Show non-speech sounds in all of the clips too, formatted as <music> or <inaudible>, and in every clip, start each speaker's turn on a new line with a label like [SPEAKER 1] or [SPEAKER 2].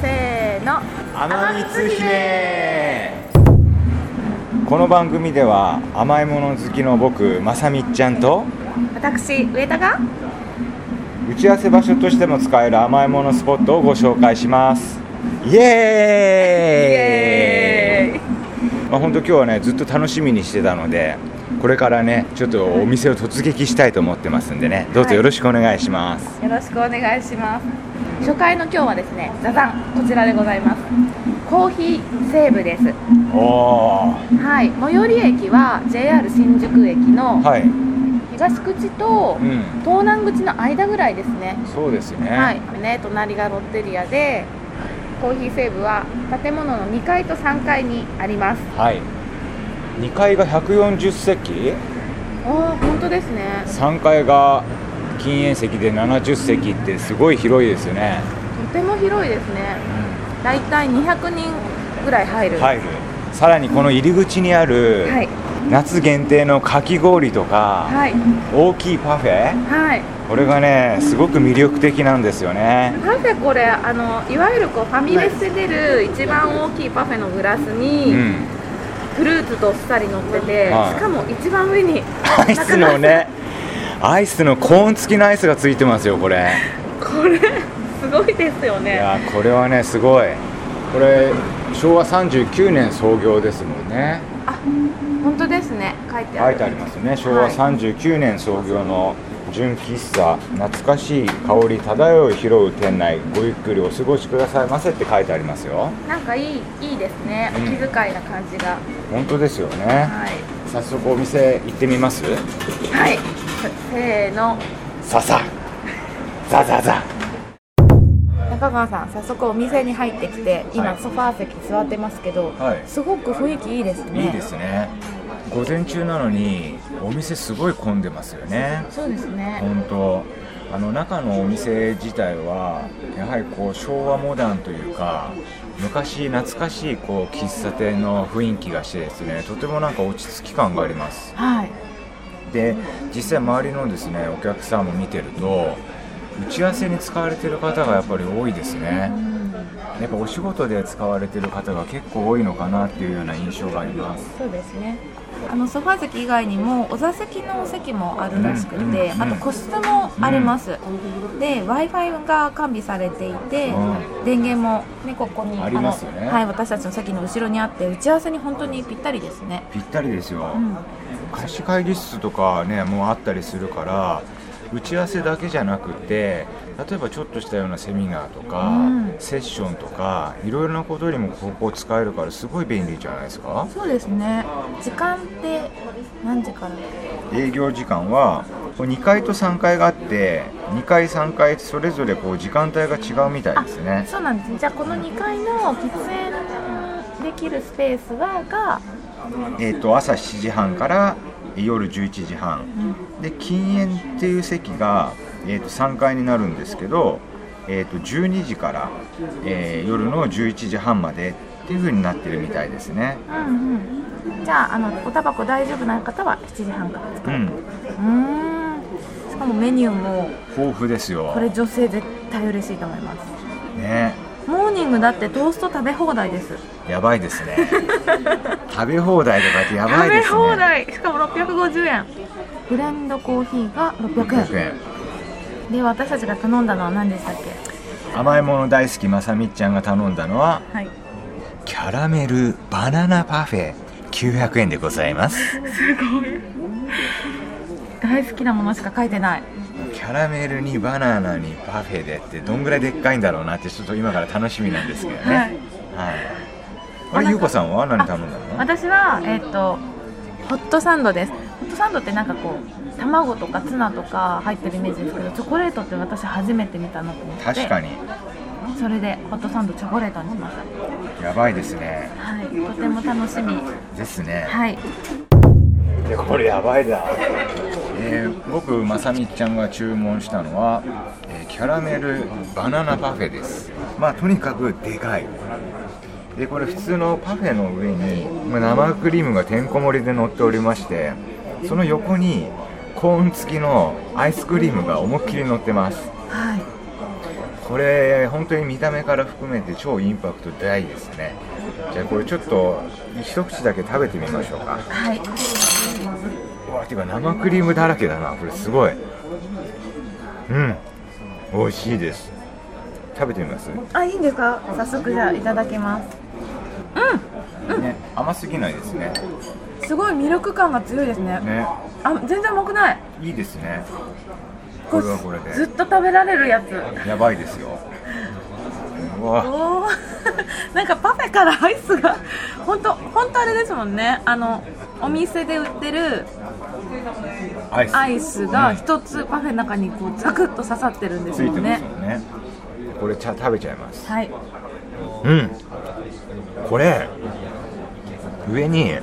[SPEAKER 1] せーの
[SPEAKER 2] 甘光姫この番組では甘いもの好きの僕まさみっちゃんと
[SPEAKER 1] 私上田が
[SPEAKER 2] 打ち合わせ場所としても使える甘いものスポットをご紹介しますイエ
[SPEAKER 1] イ
[SPEAKER 2] ーイ
[SPEAKER 1] エ
[SPEAKER 2] まあ、本当今日はねずっと楽しみにしてたのでこれからねちょっとお店を突撃したいと思ってますんでねどうぞよろしくお願いします、
[SPEAKER 1] ーイよろしくお願いします初回の今日はですねザザンこちらでございますコーヒー西部です
[SPEAKER 2] お
[SPEAKER 1] はい最寄り駅は JR 新宿駅
[SPEAKER 2] お
[SPEAKER 1] の
[SPEAKER 2] はい
[SPEAKER 1] 東口と
[SPEAKER 2] うん
[SPEAKER 1] 東南口の間ぐらいですね
[SPEAKER 2] そうですね、
[SPEAKER 1] はいね隣がロッテリアでコーヒー西部は建物の2階と3階にあります
[SPEAKER 2] はい、2階が140席
[SPEAKER 1] おお本当ですね
[SPEAKER 2] 3階が禁煙席で70席ってすごい広いですよね、
[SPEAKER 1] とても広いですね大体200人ぐらい入る
[SPEAKER 2] 入るさらにこの入り口にある、
[SPEAKER 1] はい
[SPEAKER 2] 夏限定のかき氷とか、
[SPEAKER 1] はい
[SPEAKER 2] 大きいパフェ
[SPEAKER 1] はい
[SPEAKER 2] これがねすごく魅力的なんですよね
[SPEAKER 1] パフェこれあのいわゆるこうファミレスで出る一番大きいパフェのグラス
[SPEAKER 2] う
[SPEAKER 1] に
[SPEAKER 2] ん
[SPEAKER 1] フルーツどっさり乗ってて、
[SPEAKER 2] はい
[SPEAKER 1] しかも一番上に
[SPEAKER 2] アイスのねアイスのコーン付きのアイスがついてますよこれ
[SPEAKER 1] これすごいですよ
[SPEAKER 2] い
[SPEAKER 1] ね
[SPEAKER 2] やこれはねすごいこれ昭和39年創業ですもんね
[SPEAKER 1] 本当ですね書いてあ
[SPEAKER 2] 書
[SPEAKER 1] る
[SPEAKER 2] いてありますね昭和
[SPEAKER 1] はい
[SPEAKER 2] 39年創業の純喫茶懐かしい香り漂う広う店内ごゆっくりお過ごしくださいませって書いてありますよ
[SPEAKER 1] なんかいいいいですね、
[SPEAKER 2] うん
[SPEAKER 1] お気遣いな感じが
[SPEAKER 2] 本当ですよね
[SPEAKER 1] はい、
[SPEAKER 2] 早速お店行ってみます
[SPEAKER 1] はい、せーの
[SPEAKER 2] ささザザザ
[SPEAKER 1] 中川さん早速お店に入ってきて
[SPEAKER 2] は
[SPEAKER 1] 今
[SPEAKER 2] い
[SPEAKER 1] ソファー席座ってますけど、
[SPEAKER 2] はい
[SPEAKER 1] すごく雰囲気いいですね
[SPEAKER 2] いいですね午前中なのにお店すごい混んでますよね
[SPEAKER 1] そうですね
[SPEAKER 2] 本当あの中のお店自体はやはりこう昭和モダンというか昔懐かしいこう喫茶店の雰囲気がしてですねとてもなんか落ち着き感があります
[SPEAKER 1] はい
[SPEAKER 2] で実際周りのですねお客さんも見てると打ち合わせに使われてる方がやっぱり多いですねやっぱお仕事で使われてる方が結構多いのかなっていうような印象があります
[SPEAKER 1] そうですねあのソファー席以外にもお座席のお席もあるらしくて、
[SPEAKER 2] うんうんうん
[SPEAKER 1] あと個室もあります、で w i f i が完備されていて、
[SPEAKER 2] う
[SPEAKER 1] 電源も、ね、ここに
[SPEAKER 2] ありますよね
[SPEAKER 1] あのはい、私たちの席の後ろにあって打ち合わせに本当にぴったりですね、
[SPEAKER 2] ぴったりですよ、
[SPEAKER 1] うん、
[SPEAKER 2] 貸し会議室とかねもうあったりするから打ち合わせだけじゃなくて例えばちょっとしたようなセミナーとか、
[SPEAKER 1] うん
[SPEAKER 2] セッションとかいろいろなことにもここ使えるからすごい便利じゃないですか
[SPEAKER 1] そうですね時間って何時から
[SPEAKER 2] 営業時間はこう2階と3階があって2階3階それぞれこう時間帯が違うみたいですね
[SPEAKER 1] そうなんですねじゃあこの2階の喫煙できるスペースはが
[SPEAKER 2] えー、と朝7時半から夜11時半、で禁煙っていう席が、えー、と3階になるんですけど、えー、と12時から、えー夜の11時半までっていう風になってるみたいですね、
[SPEAKER 1] うんうんじゃああのおタバコ大丈夫な方は7時半からです
[SPEAKER 2] うん、
[SPEAKER 1] うーんしかもメニューも
[SPEAKER 2] 豊富ですよ
[SPEAKER 1] こ、れ女性絶対嬉しいと思います
[SPEAKER 2] ね、
[SPEAKER 1] モーニングだってトースト食べ放題です
[SPEAKER 2] やばいで
[SPEAKER 1] <laughs>
[SPEAKER 2] すね食べ放題とかってやばいで
[SPEAKER 1] 食
[SPEAKER 2] すね
[SPEAKER 1] べ放題しかも650円ブレンドコーヒーが600
[SPEAKER 2] 600
[SPEAKER 1] 円
[SPEAKER 2] 円
[SPEAKER 1] で私たちが頼んだのは何でしたっけ
[SPEAKER 2] 甘いもの大好きまさみっちゃんが頼んだのは
[SPEAKER 1] はい
[SPEAKER 2] キャラメルバナナパフェ900円でございます
[SPEAKER 1] 大好きなものしか書いてない
[SPEAKER 2] キャラメルにバナナにパフェでってどんぐらいでっかいんだろうなってちょっと今から楽しみなんですけどね
[SPEAKER 1] はい
[SPEAKER 2] はい、あれゆうこさんは何頼んだの
[SPEAKER 1] 私は、えっとホットサンドですホットサンドってなんかこう卵とかツナとか入ってるイメージですけどチョコレートって私初めて見たなと思って
[SPEAKER 2] 確かに
[SPEAKER 1] それでホットサンドチョコレートにしました
[SPEAKER 2] やばいですね
[SPEAKER 1] はいとても楽しみ
[SPEAKER 2] ですね
[SPEAKER 1] はい
[SPEAKER 2] でこれやばいだ、えー僕まさみちゃんが注文したのは、えーキャラメルバナナパフェですまあとにかくでかいでこれ普通のパフェの上にまあ生クリームがてんこ盛りで乗っておりましてその横にコーン付きのアイスクリームが思いっきり乗ってます
[SPEAKER 1] はい
[SPEAKER 2] これ本当に見た目から含めて超インパクト大ですねじゃあこれちょっと一口だけ食べてみましょうか
[SPEAKER 1] はいう
[SPEAKER 2] わてか生クリームだらけだなこれすごいうん美味しいです食べてみます、
[SPEAKER 1] あいいんですか早速じゃあいただきます
[SPEAKER 2] ね、甘すぎないですね
[SPEAKER 1] すごいミルク感が強いですね
[SPEAKER 2] ね
[SPEAKER 1] あ全然甘くない
[SPEAKER 2] いいですねこれはこれ
[SPEAKER 1] ずっ
[SPEAKER 2] で
[SPEAKER 1] と食べられるやつ
[SPEAKER 2] やばいですようわ
[SPEAKER 1] おお <laughs> なんかパフェからアイスが本当本当あれですもんねあのお店で売ってる
[SPEAKER 2] アイス
[SPEAKER 1] アイスが一つパフェの中にこうザクッと刺さってるんです
[SPEAKER 2] つい
[SPEAKER 1] も
[SPEAKER 2] て
[SPEAKER 1] ん
[SPEAKER 2] ま
[SPEAKER 1] ね
[SPEAKER 2] すよねこれ茶食べちゃいます
[SPEAKER 1] はい
[SPEAKER 2] うんこれ上に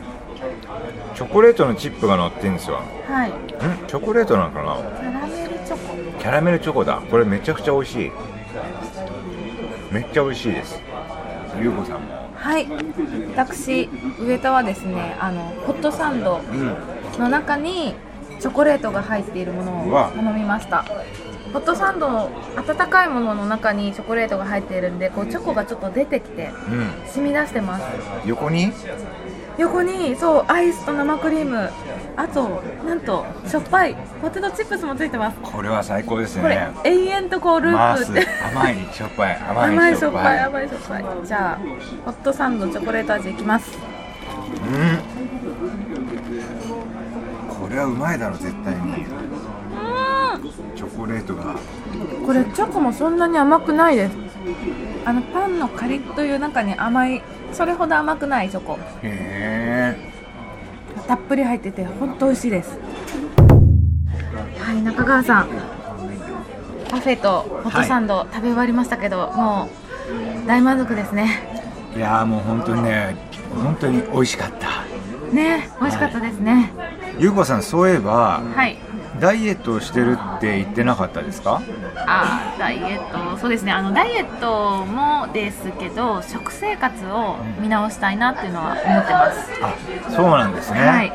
[SPEAKER 2] チョコレートのチップが乗ってるんですよん
[SPEAKER 1] はい
[SPEAKER 2] チョコレートなのかな
[SPEAKER 1] キャラメルチョコ
[SPEAKER 2] キャラメルチョコだこれめちゃくちゃ美味しいめっちゃ美味しいですゆうこさんも
[SPEAKER 1] はい私上田はですねあのホットサンド
[SPEAKER 2] うん
[SPEAKER 1] の中にチョコレートが入っているもの
[SPEAKER 2] う
[SPEAKER 1] を
[SPEAKER 2] わ
[SPEAKER 1] 頼みましたホットサンドの温かいものの中にチョコレートが入っているんでこうチョコがちょっと出てきて
[SPEAKER 2] うん
[SPEAKER 1] 染み出してます
[SPEAKER 2] 横に
[SPEAKER 1] 横にそうアイスと生クリームあとなんとしょっぱいポテトチップスもついてます
[SPEAKER 2] これは最高です
[SPEAKER 1] これ
[SPEAKER 2] ね
[SPEAKER 1] 永遠とこうルー
[SPEAKER 2] 回
[SPEAKER 1] プっ
[SPEAKER 2] す
[SPEAKER 1] て
[SPEAKER 2] 甘いしょっぱい甘い
[SPEAKER 1] 甘い
[SPEAKER 2] し
[SPEAKER 1] しょ
[SPEAKER 2] ょっ
[SPEAKER 1] っぱ
[SPEAKER 2] ぱ
[SPEAKER 1] い
[SPEAKER 2] い
[SPEAKER 1] 甘いしょっぱいじゃあホットサンドチョコレート味いきます
[SPEAKER 2] うんこれはうまいだろ絶対にチョコレートが
[SPEAKER 1] これチョコもそんなに甘くないですあのパンのカリッという中に甘いそれほど甘くないチョコ
[SPEAKER 2] へえ
[SPEAKER 1] たっぷり入ってて本当美味しいですはい中川さんパフェとホットサンド食べ終わりましたけど、もう大満足ですね
[SPEAKER 2] いやーもう本当にね本当に美味しかった
[SPEAKER 1] ね美味しかったですね
[SPEAKER 2] ゆうこさんそういえば
[SPEAKER 1] はい
[SPEAKER 2] ダイエットをしてるって言ってなかったですか
[SPEAKER 1] あーダイエットそうですねあのダイエットもですけど食生活を見直したいなっていうのは思ってます
[SPEAKER 2] あそうなんですね、
[SPEAKER 1] はい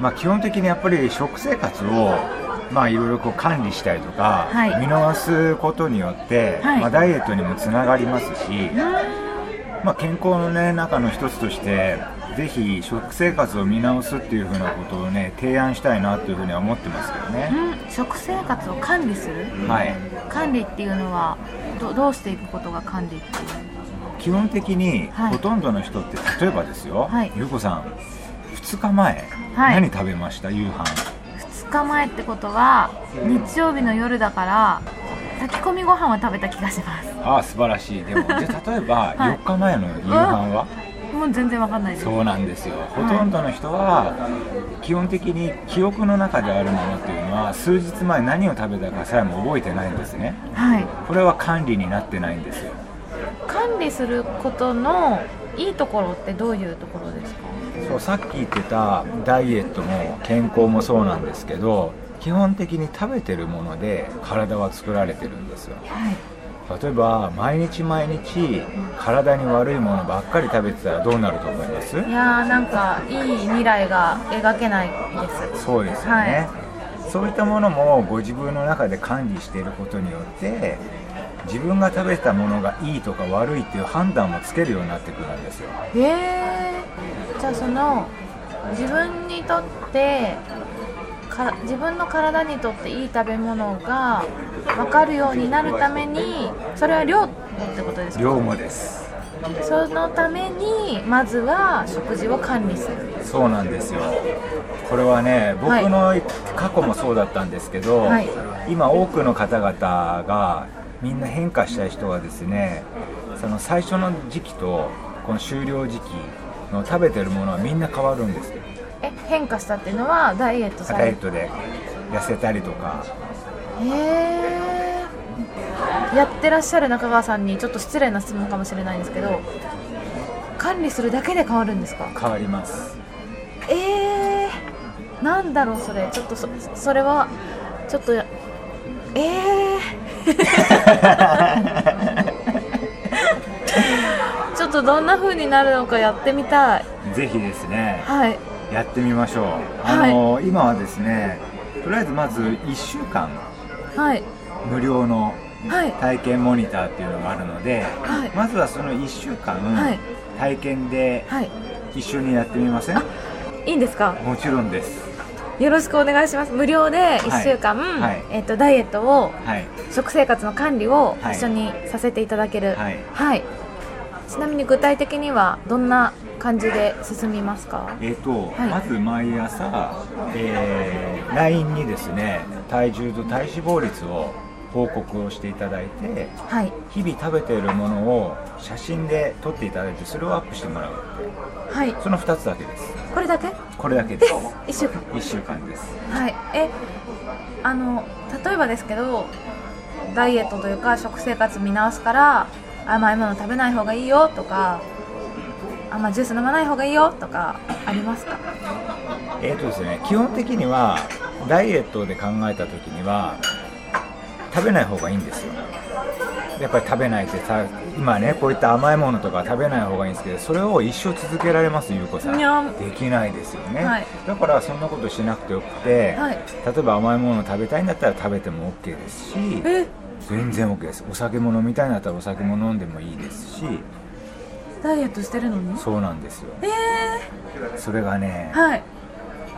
[SPEAKER 2] まあ、基本的にやっぱり食生活をまあいろいろこう管理したりとか、
[SPEAKER 1] はい
[SPEAKER 2] 見逃すことによって、
[SPEAKER 1] はい
[SPEAKER 2] まあ、ダイエットにもつながりますし、
[SPEAKER 1] は
[SPEAKER 2] まあ、健康の、ね、中の一つとしてぜひ食生活を見直すっていうふうなことをね提案したいなというふうには思ってますけどね、
[SPEAKER 1] ん食生活を管理する
[SPEAKER 2] はい
[SPEAKER 1] 管理っていうのはどどうしていくことが管理っていう
[SPEAKER 2] 基本的に
[SPEAKER 1] はい
[SPEAKER 2] ほとんどの人って例えばですよ、
[SPEAKER 1] はい
[SPEAKER 2] ゆうこさん2日前、
[SPEAKER 1] はい
[SPEAKER 2] 何食べました夕飯
[SPEAKER 1] 2日前ってことは日曜日の夜だから炊き込みご飯を食べた気がします
[SPEAKER 2] ああ素晴らしいで
[SPEAKER 1] <laughs>
[SPEAKER 2] もじゃあ例えば
[SPEAKER 1] はい
[SPEAKER 2] 4日前の夕飯は、
[SPEAKER 1] もう全然わかんないです
[SPEAKER 2] そうなんですよほとんどの人は基本的に記憶の中であるものっていうのは数日前何を食べたかさえも覚えてないんですね
[SPEAKER 1] はい
[SPEAKER 2] これは管理になってないんですよ
[SPEAKER 1] 管理することのいいところってどういうところですか
[SPEAKER 2] そうさっき言ってたダイエットも健康もそうなんですけど基本的に食べてるもので体は作られてるんですよ
[SPEAKER 1] はい
[SPEAKER 2] 例えば毎日毎日体に悪いものばっかり食べてたらどうなると思います
[SPEAKER 1] いやーなんかいい未来が描けないです
[SPEAKER 2] そうですよね、そういったものもご自分の中で管理していることによって自分が食べたものがいいとか悪いっていう判断もつけるようになってくるんですよ
[SPEAKER 1] へえじゃあその自分にとってか自分の体にとっていい食べ物が分かるようになるためにそれは量ってことですか
[SPEAKER 2] 量もです
[SPEAKER 1] そのためにまずは食事を管理する
[SPEAKER 2] そうなんですよこれはね僕
[SPEAKER 1] はい
[SPEAKER 2] の過去もそうだったんですけど、
[SPEAKER 1] はい
[SPEAKER 2] 今多くの方々がみんな変化したい人はですねその最初の時期とこの終了時期の食べてるものはみんな変わるんですよ
[SPEAKER 1] え変化したっていうのはダイエットさ
[SPEAKER 2] ダイエ
[SPEAKER 1] れ
[SPEAKER 2] ットで痩せたりとか
[SPEAKER 1] へえやってらっしゃる中川さんにちょっと失礼な質問かもしれないんですけど管理するだけで変わるんですか
[SPEAKER 2] 変わります
[SPEAKER 1] えー、なんだろうそれちょっとそそれはちょっとやえ <laughs> ー、ちょっとどんな風になるのかやってみたい
[SPEAKER 2] ぜひですね
[SPEAKER 1] はい
[SPEAKER 2] やってみましょう、
[SPEAKER 1] はい
[SPEAKER 2] あの今はですねとりあえずまず1週間
[SPEAKER 1] はい
[SPEAKER 2] 無料の
[SPEAKER 1] はい
[SPEAKER 2] 体験モニターっていうのがあるので、
[SPEAKER 1] はい
[SPEAKER 2] まずはその1週間、
[SPEAKER 1] はい
[SPEAKER 2] 体験で
[SPEAKER 1] はい
[SPEAKER 2] 一緒にやってみません、
[SPEAKER 1] あいいんですか
[SPEAKER 2] もちろんです
[SPEAKER 1] よろしくお願いします無料で1週間、
[SPEAKER 2] はいはい
[SPEAKER 1] えっとダイエットを
[SPEAKER 2] はい
[SPEAKER 1] 食生活の管理を
[SPEAKER 2] はい
[SPEAKER 1] 一緒にさせていただける
[SPEAKER 2] はい
[SPEAKER 1] ちなみに具体的にはどんな感じで進みますか
[SPEAKER 2] えーと
[SPEAKER 1] はい
[SPEAKER 2] まず毎朝、えー LINE にですね体重と体脂肪率を報告をしていただいて
[SPEAKER 1] はい
[SPEAKER 2] 日々食べているものを写真で撮っていただいてそれをアップしてもらう
[SPEAKER 1] はい
[SPEAKER 2] その2つだけです
[SPEAKER 1] これだけ
[SPEAKER 2] これだけです
[SPEAKER 1] 1週間
[SPEAKER 2] 1週間です
[SPEAKER 1] はいえあの例えばですけどダイエットというか食生活見直すから甘いもの食べない方がいいよとかあんまジュース飲まない方がいいよとかありますか
[SPEAKER 2] えーとですね基本的にはダイエットで考えた時には食べない方がいいんですよやっぱり食べないってさ今ねこういった甘いものとか食べない方がいいんですけどそれを一生続けられますゆうこさん
[SPEAKER 1] いや
[SPEAKER 2] できないですよね、
[SPEAKER 1] はい
[SPEAKER 2] だからそんなことしなくてよくて、
[SPEAKER 1] はい
[SPEAKER 2] 例えば甘いものを食べたいんだったら食べても OK ですし
[SPEAKER 1] え
[SPEAKER 2] 全然 OK ですお酒も飲みたいんだったらお酒も飲んでもいいですし
[SPEAKER 1] ダイエットしてるのに
[SPEAKER 2] そうなんですよ
[SPEAKER 1] え
[SPEAKER 2] それがね
[SPEAKER 1] ー、はい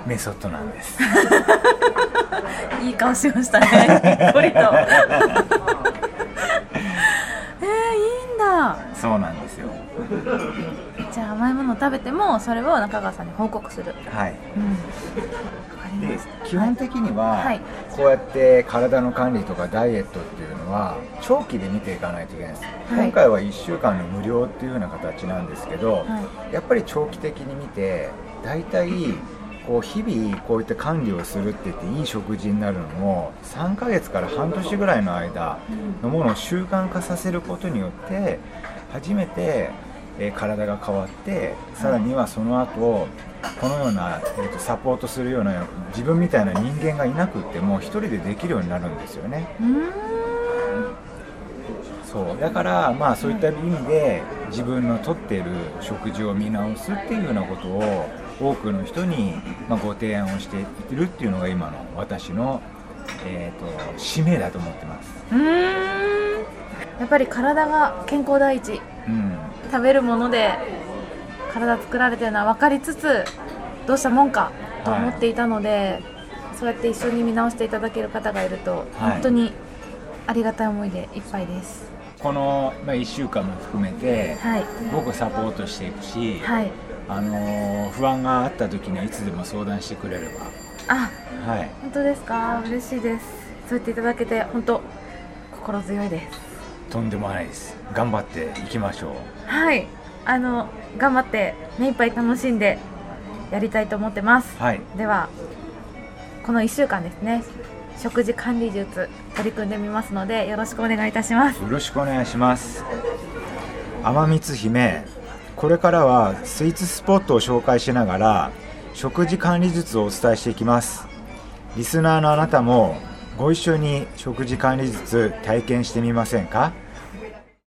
[SPEAKER 2] メソッドなんです <laughs>
[SPEAKER 1] いい顔しましたね。に <laughs> っこりと。えー、いいんだ。
[SPEAKER 2] そうなんですよ
[SPEAKER 1] じゃあ甘いものを食べてもそれを中川さんに報告する。
[SPEAKER 2] はい
[SPEAKER 1] うん。わかり
[SPEAKER 2] で
[SPEAKER 1] ました。
[SPEAKER 2] 基本的には、
[SPEAKER 1] はい
[SPEAKER 2] こうやって体の管理とかダイエットっていうのは長期で見ていかないといけないです、
[SPEAKER 1] はい
[SPEAKER 2] 今回は1週間の無料っていうような形なんですけど、
[SPEAKER 1] は
[SPEAKER 2] やっぱり長期的に見て大体こう日々こういった管理をするって言っていい食事になるのも3ヶ月から半年ぐらいの間のものを習慣化させることによって初めてえー体が変わってさらにはその後このような、えーとサポートするような自分みたいな人間がいなくっても一人でできるようになるんですよね
[SPEAKER 1] うーん。
[SPEAKER 2] そうだからまあそういった意味で自分のとっている食事を見直すっていうようなことを多くの人に、まあ、ご提案をしているっていうのが今の私の、えー、と使命だと思ってます、
[SPEAKER 1] うーん。やっぱり体が健康第一。
[SPEAKER 2] うん、
[SPEAKER 1] 食べるもので体作られてるのは分かりつつどうしたもんかと思っていたので、そうやって一緒に見直していただける方がいると、
[SPEAKER 2] はい
[SPEAKER 1] 本当にありがたい思いでいっぱいです
[SPEAKER 2] この、まあ、1週間も含めて
[SPEAKER 1] はい
[SPEAKER 2] 僕サポートしていくし、
[SPEAKER 1] はい
[SPEAKER 2] あのー不安があった時にはいつでも相談してくれれ
[SPEAKER 1] あ
[SPEAKER 2] ばはい
[SPEAKER 1] 本当ですか嬉しいですそう言っていただけて本当心強いです
[SPEAKER 2] とんでもないです頑張っていきましょう
[SPEAKER 1] はいあの頑張って目いっぱい楽しんでやりたいと思ってます
[SPEAKER 2] はい
[SPEAKER 1] ではこの1週間ですね食事管理術取り組んでみますのでよろしくお願いいたします
[SPEAKER 2] よろしくお願いします天光姫これからはスイーツスポットを紹介しながら食事管理術をお伝えしていきますリスナーのあなたもご一緒に食事管理術体験してみませんか